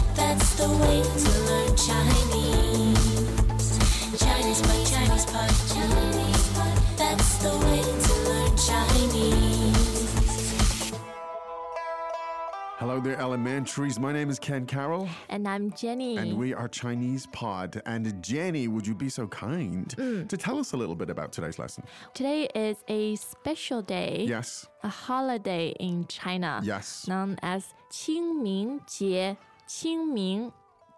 a way to learn Chinese. Chinese pot, Chinese pot, Chinese pot. That's the way to learn Chinese. Hello there, elementaries. My name is Ken Carroll, And I'm Jenny. and we are Chinese Pod. And Jenny, would you be so kind to tell us a little bit about today's lesson? Today is a special day, Yes, a holiday in China yes. known as Qingmingjie, Qingming,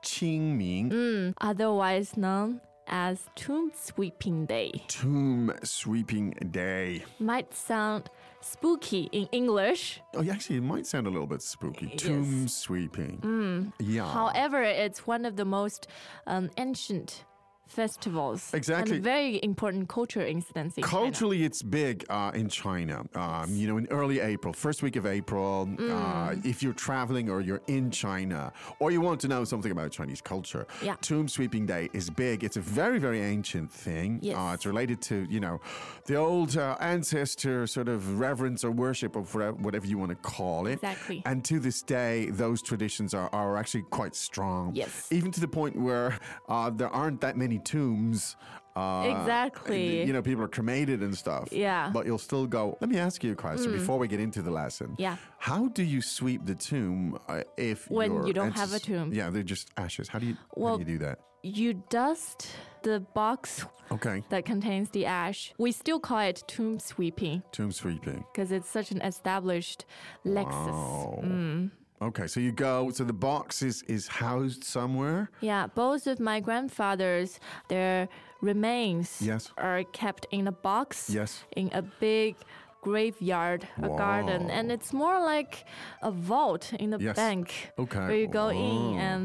Qingming, otherwise known as Tomb Sweeping Day. Tomb Sweeping Day. Might sound spooky in English, Oh, yeah, actually, it might sound a little bit spooky. Tomb Sweeping. Yeah. however, it's one of the most um, ancient festivals Exactly. and very important cultural incidents in China. Culturally, it's big uh, in China. Um, you know, in early April, first week of April, uh, Mm. if you're traveling or you're in China or you want to know something about Chinese culture, Yeah. Tomb Sweeping Day is big. It's a very, very ancient thing. Yes. Uh, it's related to, you know, the old uh, ancestor sort of reverence or worship or whatever- whatever you want to call it. Exactly. And to this day, those traditions are, are actually quite strong. Yes. Even to the point where uh, there aren't that many tombs. Uh, Exactly. You know, people are cremated and stuff. Yeah. Mm. But you'll still go. Let me ask you a question before we get into the lesson. Yeah. How do you sweep the tomb uh, if When your you don't have a ancest- tomb. Yeah, they're just ashes. How do you how Well- do you do that? You dust the box Okay. that contains the ash. We still call it tomb sweeping Tomb sweeping. because it's such an established lexis. Oh. Okay, so you go. So the box is is housed somewhere. Yeah, both of my grandfathers, their remains Yes. are kept in a box Yes. in a big graveyard, a garden, and it's more like a vault in the Yes. bank Okay. where you go in Wow. and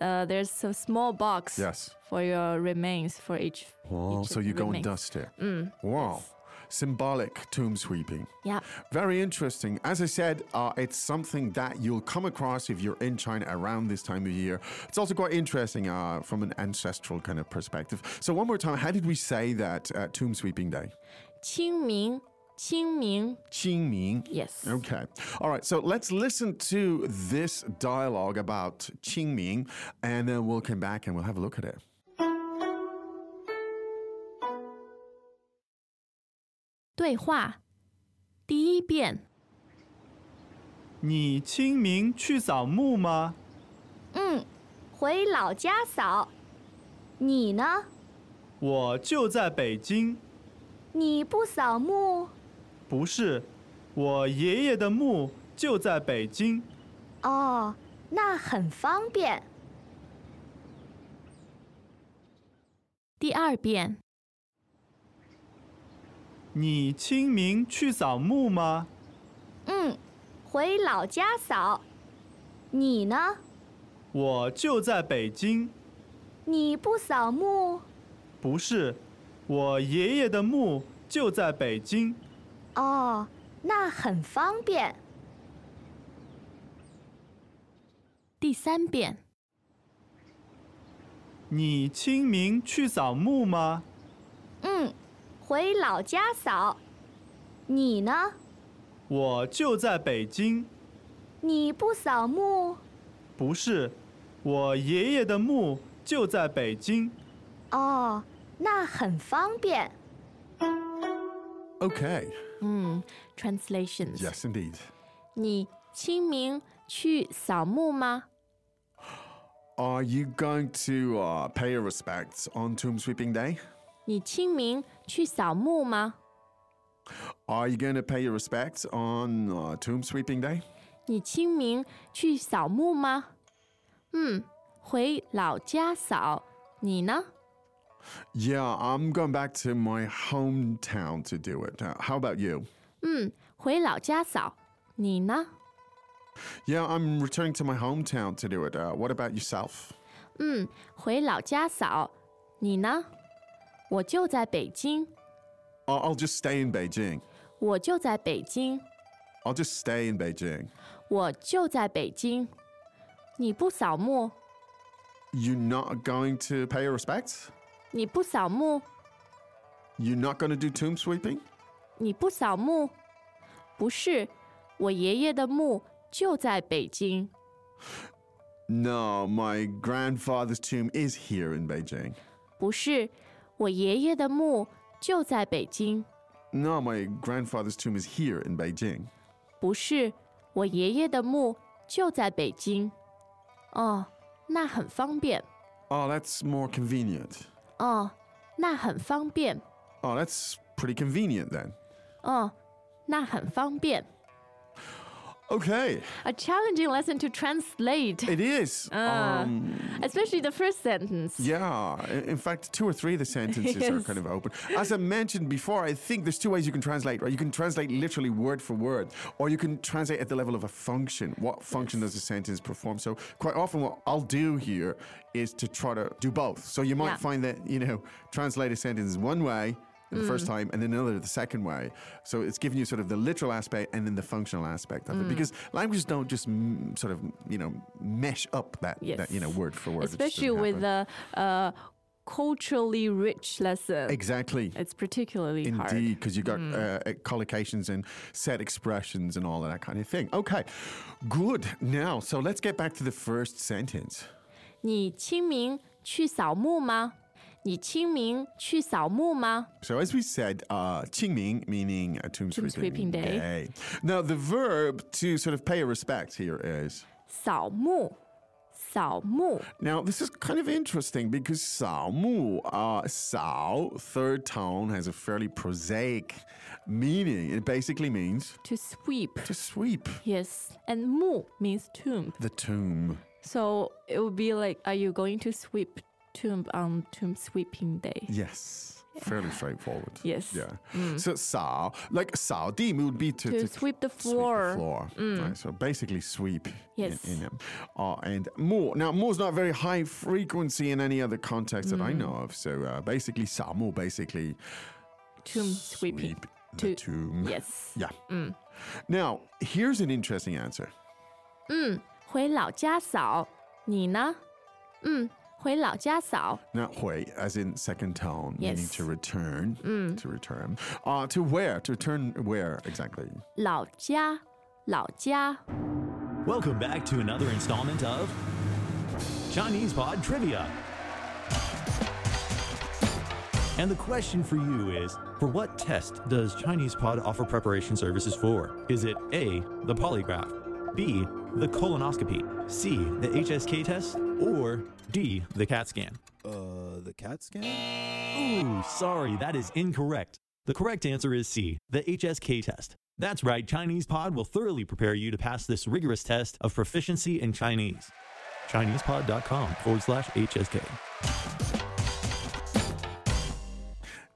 uh, there's a small box Yes. for your remains for each. Wow. each So you go and remains. Mm. dust it. Wow. Symbolic tomb sweeping. Yeah. Very interesting. As I said, uh, it's something that you'll come across if you're in China around this time of year. It's also quite interesting uh, from an ancestral kind of perspective. So, one more time, how did we say that uh, tomb sweeping day? Qingming, Qingming. Qingming. Yes. Okay. All right. So let's listen to this dialogue about Qingming, and then we'll come back and we'll have a look at it. 对话，第一遍，你清明去扫墓吗？回老家扫。你呢？我就在北京，你不扫墓？不是，我爷爷的墓就在北京。哦，那很方便。第二遍，你清明去扫墓吗？嗯，回老家扫。你呢？我就在北京，你不扫墓？不是，我爷爷的墓就在北京。哦，那很方便。第三遍，你清明去扫墓吗？嗯，回老家扫。你呢？我就在北京，你不扫墓？不是，我爷爷的墓就在北京。哦，那很方便。 Okay. 嗯，translations。 Yes, indeed. 你清明去扫墓吗？ Are you going to uh, pay your respects on Tomb Sweeping Day? 你清明去扫墓吗？ Are you going to pay your respects on uh, Tomb Sweeping Day? 你清明去扫墓吗？嗯，回老家扫。你呢？ Yeah, I'm going back to my hometown to do it. Uh, how about you? 嗯，回老家扫。你呢？ Yeah, I'm returning to my hometown to do it. Uh, what about yourself? 嗯，回老家扫。你呢？我就在北京， I- I'll just stay in Beijing. 我就在北京， I'll just stay in Beijing. 我就在北京。你不扫墓， You're not going to pay your respects? 你不扫墓， You're not going to do tomb sweeping? 你不扫墓？不是，我爷爷的墓就在北京。 No, my grandfather's tomb is here in Beijing. 不是，我爷爷的墓就在北京。 No, my grandfather's tomb is here in Beijing. 不是，我爷爷的墓就在北京。哦，那很方便。 Oh, that's more convenient. 哦，那很方便。 Oh, that's pretty convenient then. 哦，那很方便。 Okay, A challenging lesson to translate, it is. um, especially the first sentence. Yeah, i- in fact, two or three of the sentences are Yes. kind of open. As I mentioned before, I think there's two ways you can translate, right? You can translate literally word for word, or you can translate at the level of a function. What function does a sentence perform? So, quite often, what I'll do here is to try to do both. So, you might Yeah. find that, you know, translate a sentence one way. The first Mm. time, and then another the second way. So it's giving you sort of the literal aspect and then the functional aspect of Mm. it, because languages don't just mm, sort of you know mesh up that, Yes. that you know word for word, It just doesn't especially with happen. a uh, culturally rich lesson. Exactly. It's particularly hard. Mm. Indeed, because you got uh, collocations and set expressions and all of that kind of thing. Okay, good. Now, so let's get back to the first sentence. 你清明去扫墓吗？你清明去扫墓吗？ So, as we said, uh, Qingming meaning a tomb, Tomb sweeping sweeping day. Now, the verb to sort of pay a respect here is. 扫墓，扫墓。 Now, this is kind of interesting because Sao Mu, uh, Sao, third tone, has a fairly prosaic meaning. It basically means To sweep. to sweep Yes, and 墓 means tomb. the tomb. So it would be like, are you going to sweep tomb on tomb sweeping day? Yes. Fairly straightforward. Yes. Mm. Yeah. So sao, like sao di would be to, To sweep the sweep floor. Mm. floor. Right. So basically sweep. Yes. In, in it. Uh, and more. Now more's not very high frequency in any other context that I Mm. know of. So uh, basically sao more basically Tomb sweeping. sweep the To- Mm. tomb. Yes. Yeah. Now here's an interesting answer. 回老家扫，你呢？嗯，回老家扫。 Not hui, as in second tone, meaning Yes. Mm. to return. To return. Uh, to where? To return where exactly? 老家，老家。 Welcome back to another installment of Chinese Pod Trivia. And the question for you is For what test does Chinese Pod offer preparation services for? Is it A, the polygraph, B, the colonoscopy, C, the HSK test, or D, the CAT scan? Uh, the CAT scan? Ooh, sorry, that is incorrect. The correct answer is C, the HSK test. That's right, Chinese Pod will thoroughly prepare you to pass this rigorous test of proficiency in Chinese. ChinesePod.com forward slash HSK.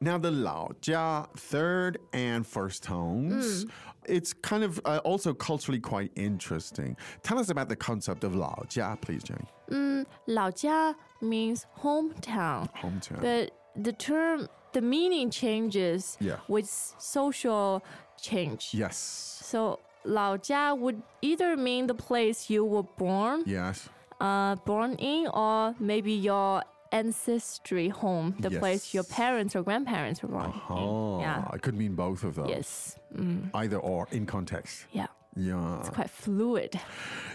Now the Lao Jia third and first Hmm. tones, it's kind of uh, also culturally quite interesting. Tell us about the concept of Lao Jia, please, Jenny. 老家 means hometown, Hometown. but the term, the meaning changes Yeah. with social change. yes. So 老家 would either mean the place you were born, Yes. uh, born in, or maybe your ancestry home, the place your Yes. parents or grandparents were born. Oh, Yeah. I could mean both of those. Yes. Either or in context. Yeah. Yeah. Quite fluid.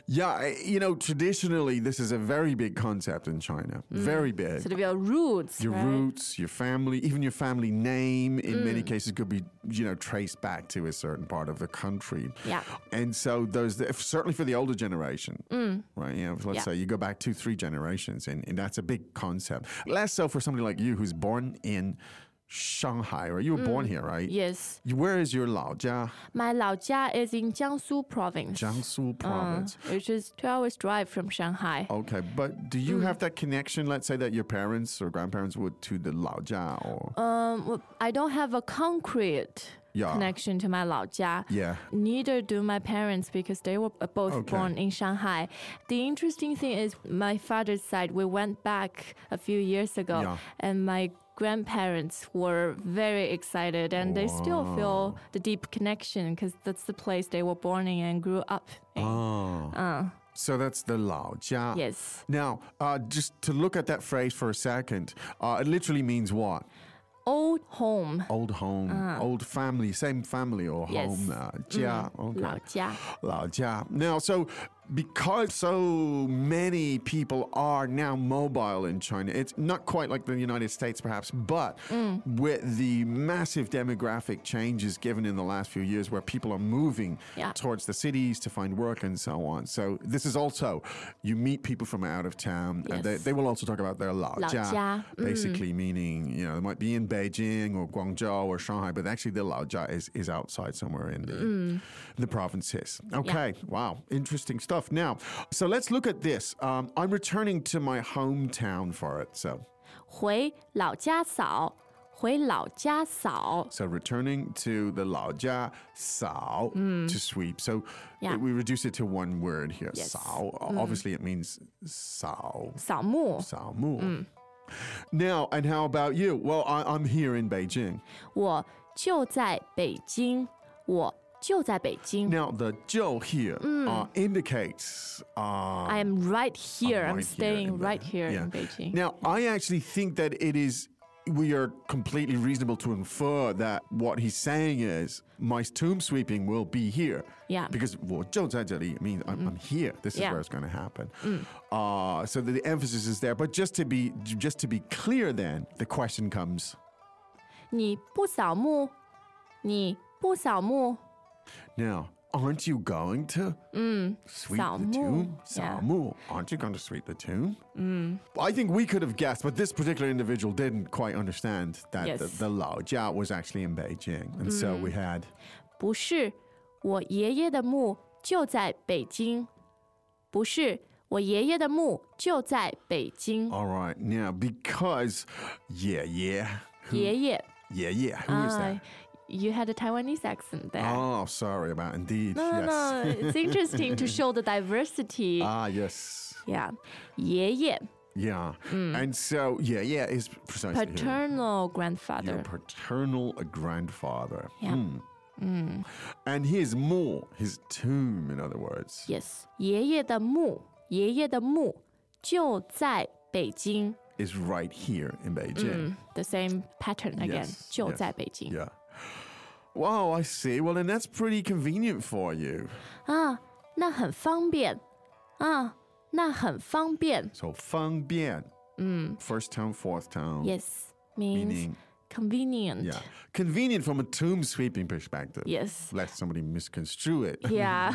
Yeah. I- You know, traditionally, this is a very big concept in China. Hmm. Very big. Sort of your roots. your right? Mm. roots, your family, even your family name, in many cases, could be you know traced back to a certain part of the country. Yeah. And so those if- certainly for the older generation, right? You know, if let's Mm. Yeah. say you go back two, three generations, and, and that's a big concept. Less so for somebody like you who's born in Shanghai, right? You were Mm. born here, right? Yes. You- Where is your Laojia, My 老家 is in Jiangsu province. Uh-huh. Jiangsu province? which is two hours drive from Shanghai. Okay, but do Mm. you have that connection? Let's say that your parents or grandparents would to the Laojia, or Um, well, I don't have a concrete Yeah. connection to my 老家. Yeah. Neither do my parents because they were uh, both Okay. born in Shanghai. The interesting thing is my father's side. We went back a few years ago, Yeah. and my grandparents were very excited, and they still feel the deep connection because that's the place they were born in and grew up in. Ah. Oh. so that's the Laojia. Uh. Yes. Now, uh, just to look at that phrase for a second, uh, it literally means what? Old home. Old home, old family, same family or Uh. Yes. Mm-hmm. home. Uh, jia, okay. 老家 Lao jia. Now, so because so many people are now mobile in China, it's not quite like the United States, perhaps, but Mm. with the massive demographic changes given in the last few years where people are moving Yeah. towards the cities to find work and so on. So, this is also you meet people from out of town, and they, Yes. they will also talk about their laojia, Laojia, basically meaning, you know, they might be in Beijing or Guangzhou or Shanghai, but actually the laojia is, is outside somewhere in the, Mm. the provinces. Okay, wow, interesting stuff. Now, so let's look at this. Um, I'm returning to my hometown for it. So, 回老家扫，回老家扫。 so returning to the laojia, sao, to sweep. So Mm. Yeah. we reduce it to one word here, Yes. Mm. sao. Obviously, it means sao. 扫墓， Salmu. Mm. Now, and how about you? Well, I, I'm here in Beijing. 我就在北京，我就在北京。 Now, the Zhou here Mm. uh, indicates. Uh, I am right here. I'm, right here staying in Be- right here yeah. in Beijing. Now, I actually think that it is. We are completely reasonable to infer that what he's saying is my tomb sweeping will be here. Yeah. Mm-hmm. Because 我就在这里 means I'm, I'm here. This is Yeah. Mm. where it's going to happen. Uh, so the, the emphasis is there. But just to be just to be clear, then the question comes: 你不扫墓，你不扫墓， Now, aren't you going to sweep the Mm, Salmu, tomb? yeah. Mm. Salmu, aren't you going to sweep the tomb? I think we could have guessed, but this particular individual didn't quite understand that the, Yes. Mm. the Lao Jia was actually in Beijing. And so we had 不是，我爷爷的墓就在北京。不是，我爷爷的墓就在北京。 All right, now because yeah, yeah, 爷爷 yeah, yeah. Who is that? you had a Taiwanese accent there. Oh, sorry about indeed. no, no, yes. no. It's interesting to show the diversity. Ah, yes. yeah. 爷爷 Yeah. Mm. And so yeah, yeah is precisely who- paternal your grandfather. paternal grandfather. Hmm. Yeah. Mm. And his more, his tomb, in other words. Yes. 爷爷的墓，爷爷的墓就在北京。 is right here in Beijing. The same pattern again. Yes, 就 yes, 在北京。 Yeah. Wow, I see. Well, then that's pretty convenient for you. 啊，那很方便。啊，那很方便。 So, Fang Bian, first town, fourth town. Mm. Yes. Means Meaning- convenient. Yeah. Convenient from a tomb sweeping perspective. Yes. Lest somebody misconstrue it. Yeah.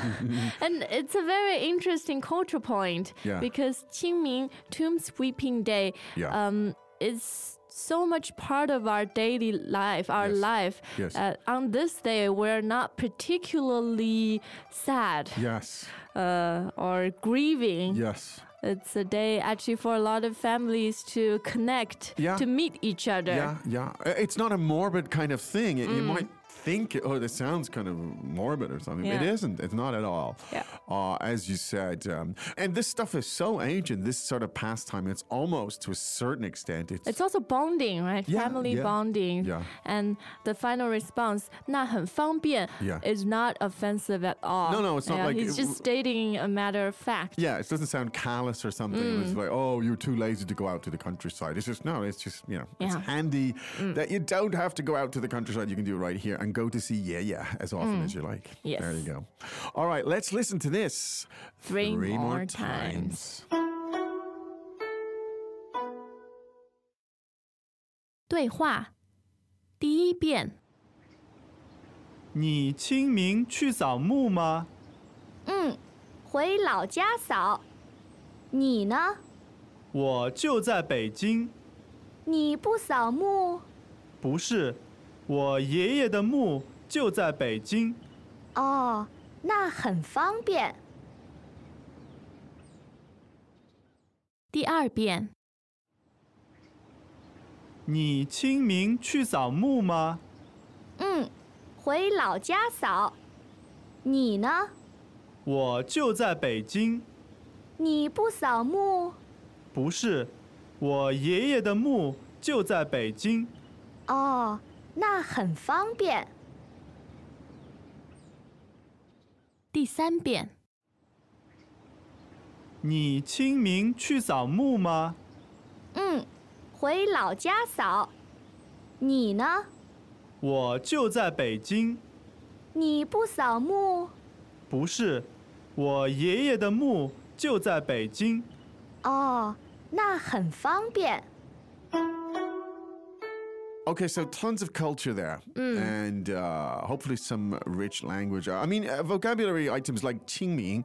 and it's a very interesting cultural point Yeah. because Qingming Tomb Sweeping Day Yeah. um, is so much part of our daily life, our Yes. life. Yes. Uh, on this day, we're not particularly sad yes. uh, or grieving. Yes. It's a day actually for a lot of families to connect, Yeah. to meet each other. Yeah, yeah. Uh, It's not a morbid kind of thing. It- Mm. You might think, oh, this sounds kind of morbid or something. It Yeah. isn't. It's not at all. Yeah. Uh, as you said, um, and this stuff is so ancient. This sort of pastime, it's almost to a certain extent. It's, It's also bonding, right? Yeah, Family yeah, bonding. yeah. And the final response, 那很方便, Yeah. is not offensive at all. No, no, it's not Yeah, like He's it- just stating a matter of fact. yeah, it doesn't sound callous or something. Mm. It's like, oh, you're too lazy to go out to the countryside. It's just no. It's just you know, it's Yeah. Mm. handy that you don't have to go out to the countryside. You can do it right here and go to see yeah, yeah, as often as you like. Mm. Yes. There you go. All right, let's listen to this Three more times. 对话第一遍你清明去扫墓吗？嗯，回老家扫。你呢？我就在北京。你不扫墓？不是，我爷爷的墓就在北京。哦，那很方便。第二遍你清明去扫墓吗？嗯，回老家扫。你呢？我就在北京。你不扫墓？不是，我爷爷的墓就在北京。哦，那很方便。第三遍你清明去扫墓吗？嗯，回老家扫。你呢？我就在北京。你不扫墓？不是，我爷爷的墓就在北京。哦，那很方便。 Okay, so tons of culture there, Mm. and uh, hopefully some rich language. I mean, uh, vocabulary items like Qingming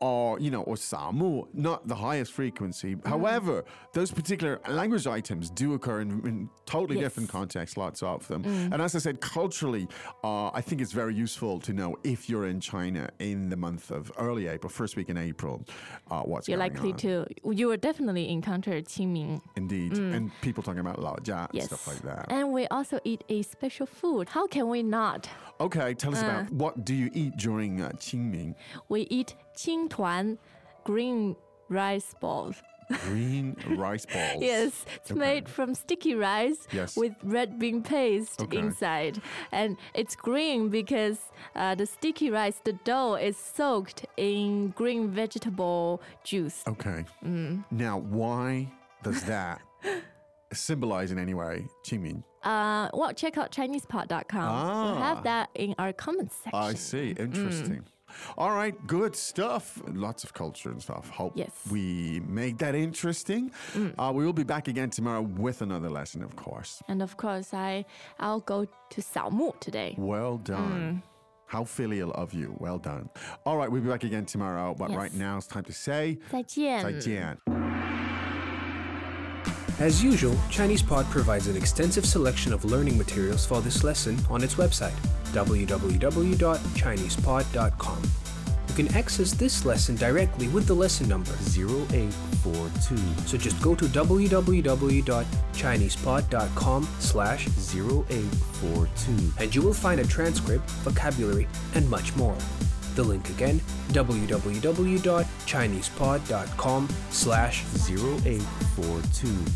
or you know or Samu, not the highest frequency. Mm. However, those particular language items do occur in, in totally different contexts. Lots of them, Mm. and as I said, culturally, uh, I think it's very useful to know if you're in China in the month of early April, first week in April, uh, what's You're going likely on. to, you will definitely encounter Qingming. Indeed, and people talking about Lao Jia and Mm. Yes. stuff like that. And we also eat a special food. How can we not? Okay, tell us Uh. about what do you eat during uh, Qingming? We eat qingtuan, green rice balls. Green rice balls. Yes, it's Okay. made from sticky rice Yes. with red bean paste Okay. inside. And it's green because uh, the sticky rice, the dough is soaked in green vegetable juice. Okay. Mm. Now, why does that symbolize in any way Qingming? Uh, well, check out ChinesePod.com. We Ah. have that in our comments section. I see. Mm. Interesting. All right, good stuff. Lots of culture and stuff. Hope Yes. Mm. we made that interesting. Uh, we will be back again tomorrow with another lesson, of course. And of course, I, I'll go to Salmu today. Well Mm. done. How filial of you. Well done. All right, we'll be back again tomorrow. But right Yes. now, it's time to say 再见。 zaijian. As usual, ChinesePod provides an extensive selection of learning materials for this lesson on its website, www.chinesepod.com. You can access this lesson directly with the lesson number, 0842 so just go to www.chinesepod.com slash 0842 and you will find a transcript, vocabulary, and much more. The link again, www.chinesepod.com slash 0842